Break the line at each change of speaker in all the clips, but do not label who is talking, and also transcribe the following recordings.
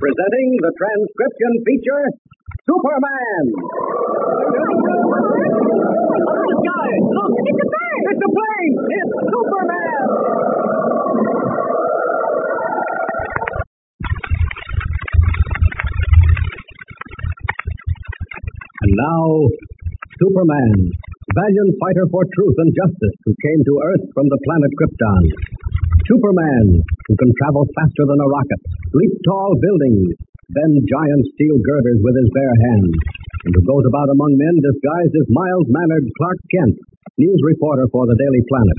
presenting the transcription feature Superman! Guys, look! It's a plane! It's a plane! It's Superman! And now, Superman, valiant fighter for truth and justice who came to Earth from the planet Krypton. Superman, who can travel faster than a rocket, leap tall buildings, bend giant steel girders with his bare hands, and who goes about among men disguised as mild mannered Clark Kent, news reporter for the Daily Planet.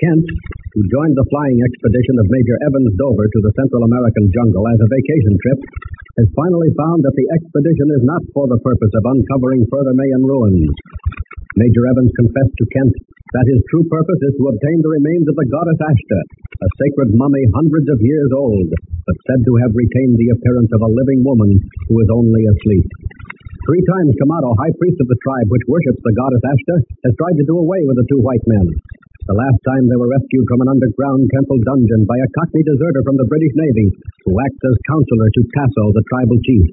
Kent, who joined the flying expedition of Major Evans Dover to the Central American jungle as a vacation trip, has finally found that the expedition is not for the purpose of uncovering further Mayan ruins. Major Evans confessed to Kent that his true purpose is to obtain the remains of the goddess Ashta, a sacred mummy hundreds of years old, but said to have retained the appearance of a living woman who is only asleep. Three times Kamado, high priest of the tribe which worships the goddess Ashta, has tried to do away with the two white men. The last time they were rescued from an underground temple dungeon by a cockney deserter from the British Navy, who acts as counselor to Tasso, the tribal chief.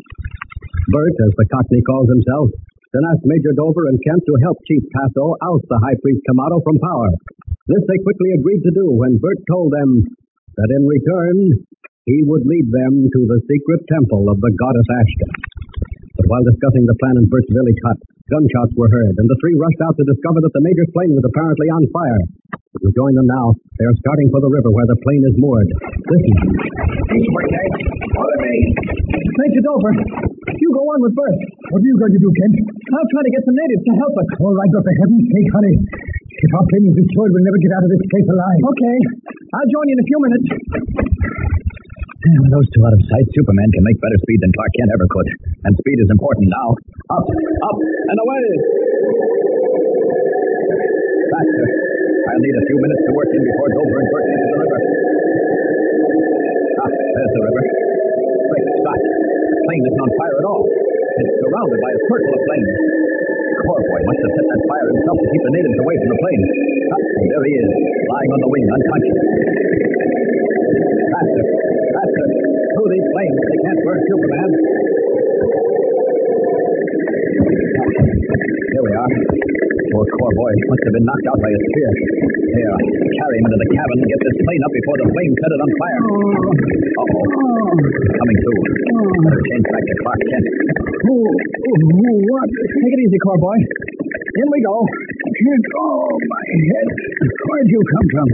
Bert, as the cockney calls himself, then asked Major Dover and Kent to help Chief Tasso oust the High Priest Kamado from power. This they quickly agreed to do when Bert told them that in return, he would lead them to the secret temple of the goddess Ashta. But while discussing the plan in Bert's village hut, gunshots were heard, and the three rushed out to discover that the Major's plane was apparently on fire. If you join them now, they are starting for the river where the plane is moored. Listen.
This way, Ned. Follow me.
Major Dover, you go on with Bert.
What are you going to do, Kent?
I'll try to get some natives to help us.
All right, but for heaven's sake, hurry. If our plane is destroyed, we'll never get out of this place alive.
Okay. I'll join you in a few minutes.
Yeah, With those two out of sight, Superman can make better speed than Clark Kent ever could. And speed is important now. Up, up, and away! Faster. I'll need a few minutes to work in before Dover and Burton into the river. Ah, there's the river. Great Scott. The plane isn't on fire at all. It's surrounded by a circle of flames. Corboy must have set that fire himself to keep the natives away from the plane. Ah, and there he is, lying on the wing, unconscious. Faster, faster. Through these flames, they can't burn Superman. Here we are. Poor Corboy must have been knocked out by his fear. Here, carry him into the cabin and get this plane up before the flames set it on fire. Uh-oh. Coming to. Better change back to Clark Kent.
Ooh, ooh, ooh, what? Take it easy, Corboy. In we go.
Kent, oh, my head. Where'd you come from?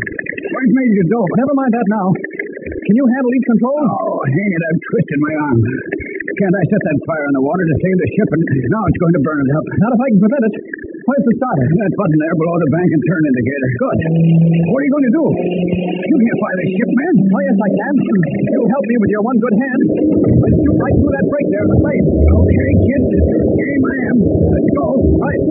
Where's Major Dover?
Never mind that now. Can you handle leaf control?
Oh, hang it, I've twisted my arm. Can't I set that fire on the water to save the ship, and now it's going to burn it up.
Not if I can prevent it. Where's the starter?
That button there below the bank and turn indicator.
Good.
What are you going to do? You can't fly the ship, man.
Oh, yes, I can. You help me with your one good hand. Let's shoot right through that break there in the plane.
Okay, kid. Game I am. Let's go.
Right.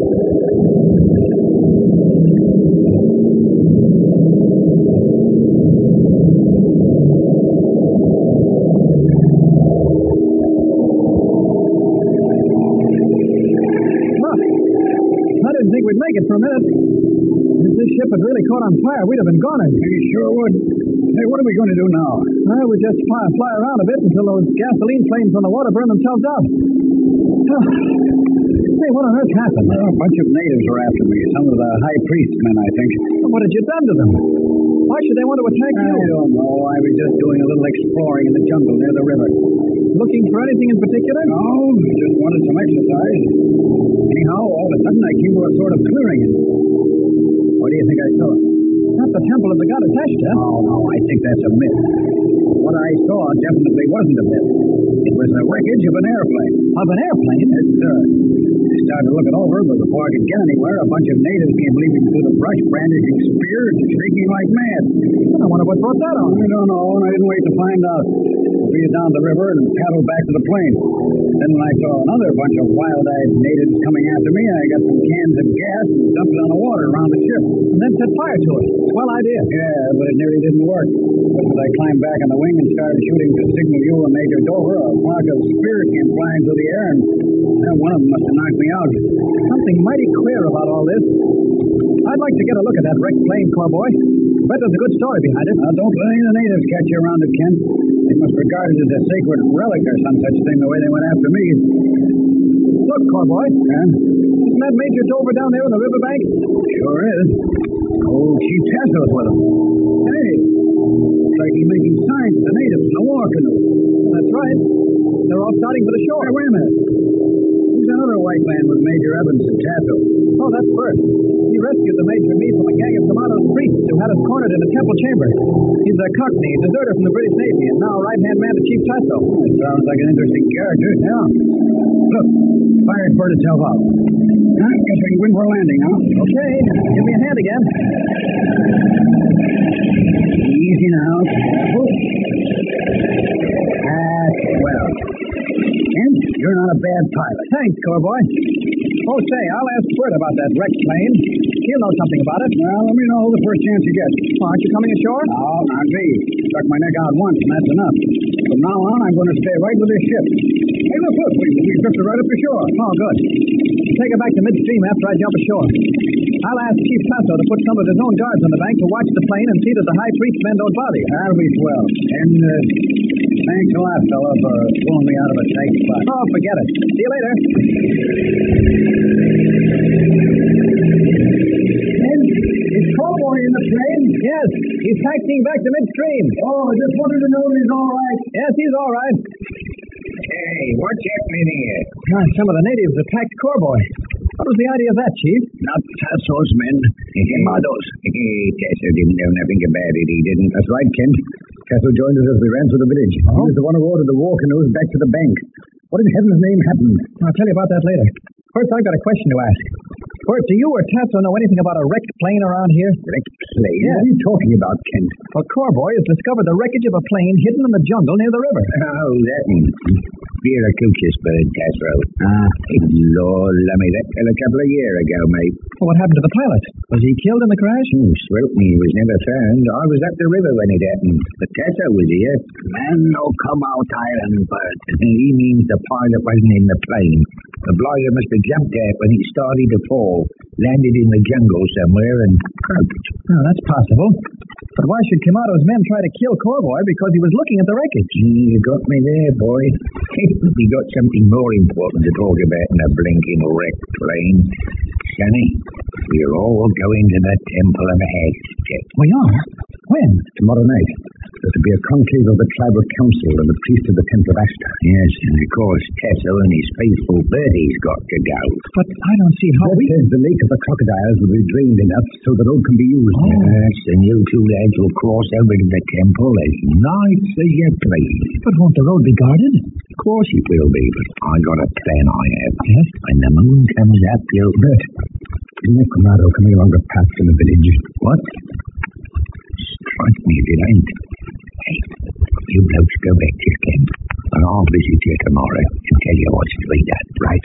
Look. I didn't think we'd make it for a minute. If this ship had really caught on fire, we'd have been gone.
You sure would. Hey, what are we going to do now?
I would just fly, fly around a bit until those gasoline flames on the water burn themselves out. Hey, what on earth happened?
Well, a bunch of natives were after me. Some of the high priest men, I think.
What had you done to them? Why should they want to attack
I
you?
don't know. I was just doing a little exploring in the jungle near the river.
Looking for anything in particular?
No, I just wanted some exercise. Anyhow, all of a sudden I came to a sort of clearing. What do you think I saw?
Not the temple of the goddess Ashta.
No, no, I think that's a myth. What I saw definitely wasn't a myth. It was the wreckage of an airplane.
Of an airplane?
Yes, sir. I started to look it over, but before I could get anywhere, a bunch of natives came leaping through the brush, brandishing spears and shrieking like mad.
I wonder what brought that on.
I don't know, and I didn't wait to find out. Veered down the river and paddled back to the plane. Then when I saw another bunch of wild-eyed natives coming after me, I got some cans of gas and dumped it on the water around the ship.
And then set fire to it. Swell idea.
Yeah, but it nearly didn't work. As I climbed back on the wing and started shooting to signal you and Major Dover, a flock of spears came flying through the air, and uh, one of them must have knocked me out.
Something mighty queer about all this. I'd like to get a look at that wrecked plane, Corboy. Bet there's a good story behind it.
Uh,
Now, don't let any of the natives catch you around it, Ken. They must forget
regarded as a sacred relic or some such thing, the way they went after me.
Look, cowboy.
Huh?
Isn't that Major Dover down there on the riverbank?
Sure is. Old Chief Tasso's with him. Hey, looks like he's making signs to the natives in the war canoe.
That's right. They're all starting for the shore.
Hey, wait a minute. Who's another white man with Major Evans and Tasso?
Oh, that's Bert. He rescued the Major and me from a gang of Tomatos priests who had us cornered in the temple chamber. He's a cockney, a deserter from the British Navy, and now right-hand man to Chief Tasso.
That sounds like an interesting character. Yeah. Look, fired Bert itself out. I guess we can win for landing, huh?
Okay. Give me a hand again.
Easy now. Oops. That's Ah, well. And you're not a bad pilot.
Thanks, Corboy. Oh, say, I'll ask Bert about that wrecked plane. He'll know something about it.
Well, let me know the first chance you get.
Oh, aren't you coming ashore?
No, not me. Stuck my neck out once, and that's enough. From now on, I'm going to stay right with this ship. Hey, look, look, we, we drifted right up to shore.
Oh, good. Take her back to midstream after I jump ashore. I'll ask Chief Tasso to put some of his own guards on the bank to watch the plane and see that the high priest men don't bother you.
That'll be swell. And, uh, thanks a lot, fellow, for pulling me out of a tight spot.
Oh, forget it. See you later.
And is Cowboy in the plane?
Yes, he's taxiing back to midstream.
Oh, I just wanted to know if he's all right.
Yes, he's all right.
Hey, what's happening here?
God, some of the natives attacked Corboy. What was the idea of that, Chief?
Not Tasso's men. Mado's.
Tasso didn't know nothing about it. He didn't.
That's right, Kent. Tasso joined us as we ran through the village.
Oh.
He was the one who ordered the war canoes back to the bank. What in heaven's name happened?
I'll tell you about that later. First, I've got a question to ask. Bert, do you or Tasso know anything about a wrecked plane around here?
Wrecked plane? What are you talking about, Kent?
Well, Corboy has discovered the wreckage of a plane hidden in the jungle near the river.
Oh, that one. Viracuchus bird, Tasso.
Ah,
e Lord, lummy, that fell a couple of years ago, mate.
Well, what happened to the pilot? Was he killed in the crash?
Hmm, certainly he was never found. I was up the river when it happened, but Tasso was here. Man, no come out island bird. He means the pilot wasn't in the plane. The blighter must have jumped at when it started to fall, landed in the jungle somewhere, and croaked.
Oh, that's possible. But why should Kamato's men try to kill Corboy because he was looking at the wreckage?
Mm, You got me there, boy. we got something more important to talk about than a blinking wrecked plane. Sonny, we're all going to the Temple of Aztec.
We are? When?
Tomorrow night. There's to be a conclave of the Tribal Council and the priest of the Temple of Ashtar.
Yes, and of course Tasso and his faithful birdie's got to go.
But I don't see how
That
we...
says the lake of the crocodiles will be drained enough so the road can be used.
Oh.
Yes, and you two lads will cross over to the temple as nice as you please.
But won't the road be guarded?
Of course it will be, but I got a plan I have.
Yes?
When the moon comes up, you'll...
Bert, isn't that Kamado coming along the path from the village?
What? Strike me if it ain't. Hey, you blokes go back to your camp, and I'll visit you tomorrow and tell you what's to be done, right?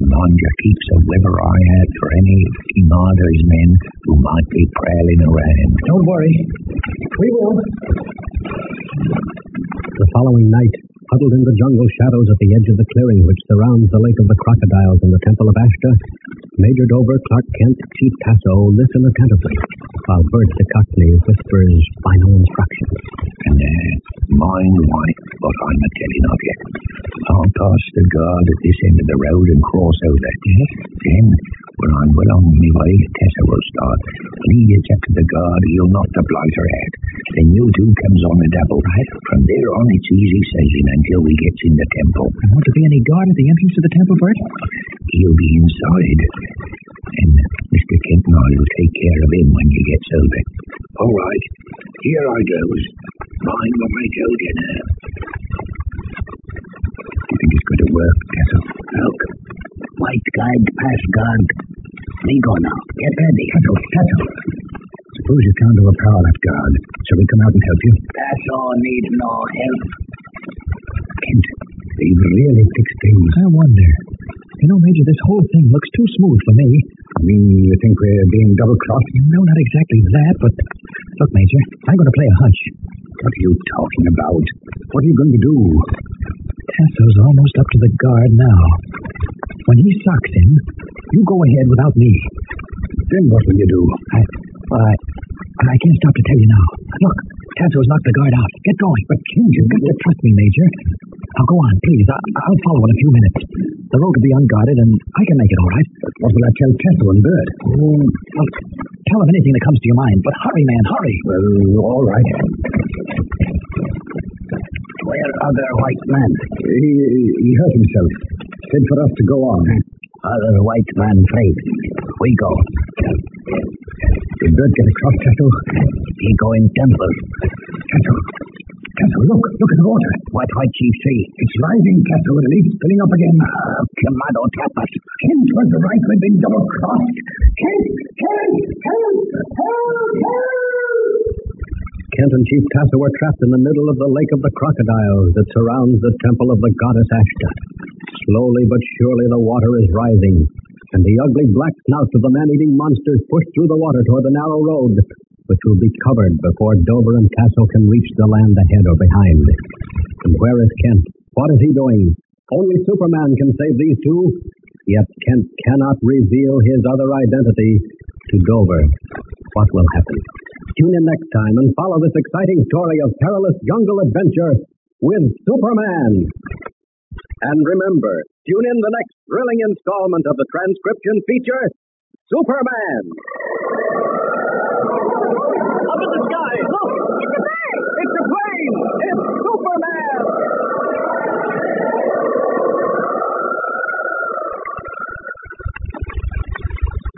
And mind you, keeps a weather eye out for any Kimada's men who might be prowling around.
Don't worry. We will.
The following night, huddled in the jungle shadows at the edge of the clearing which surrounds the Lake of the Crocodiles and the Temple of Ashta, Major Dover, Clark Kent, Chief Tasso listen attentively while Bert the Cockney whispers final instructions.
And uh, mind right what I'm a telling of you. I'll pass the guard at this end of the road and cross over. Then, when I'm well on my way, Tessa will start. Lead it up to the guard, he'll knock the blighter out. Then you two comes on a double. From there on, it's easy sailing until we gets in the temple.
And won't there be any guard at the entrance to the temple, Bert?
He'll be inside. And Mr. Kent and I will take care of him when you get sober. All right. Here I goes. Mind what I told you now. Do you think it's going to work, Tessel?
Look, white guide, pass guard. Me go now. Get ready. Tato, Tato. Suppose you can't overpower that guard. Shall we come out and help you?
Tasso
Oh,
needs no help.
Kent, they've really fixed things.
I wonder. You know, Major, this whole thing looks too smooth for me.
I mean, you think we're being double-crossed?
No, not exactly that, but look, Major, I'm going to play a hunch.
What are you talking about? What are you going to do?
Tasso's almost up to the guard now. When he socks him, you go ahead without me.
Then what will you do?
I, well, I, I can't stop to tell you now. Look,
Tatsu's knocked the guard out. Get going. But King, you've got to trust me, Major. Now go on, please. I- I'll follow in a few minutes. The road will be unguarded, and I can make it all right. What will I tell Tatsu and Bird? Oh, well, tell them anything that comes to your mind. But hurry, man, hurry. Well, all right. Where are their white men? He, he hurt himself. Said for us to go on. Other white man afraid. We go. Did Bird get across, Tato? He go in temple. Tato. Tato, look. Look at the water. What white chief see? It's rising, Tato, and it's filling up again. Uh, Kamado Tapas. Kent was right. We've been double-crossed. Kent! Kent! Help! Help! Help!
Kent and Chief Tasso were trapped in the middle of the Lake of the Crocodiles that surrounds the temple of the goddess Ashta. Slowly but surely the water is rising, and the ugly black snouts of the man-eating monsters push through the water toward the narrow road, which will be covered before Dover and Tasso can reach the land ahead or behind. And where is Kent? What is he doing? Only Superman can save these two. Yet Kent cannot reveal his other identity to Dover. What will happen? Tune in next time and follow this exciting story of perilous jungle adventure with Superman. And remember, tune in the next thrilling installment of the transcription feature, Superman. Up in the sky, look! It's a plane! It's a plane! It's Superman!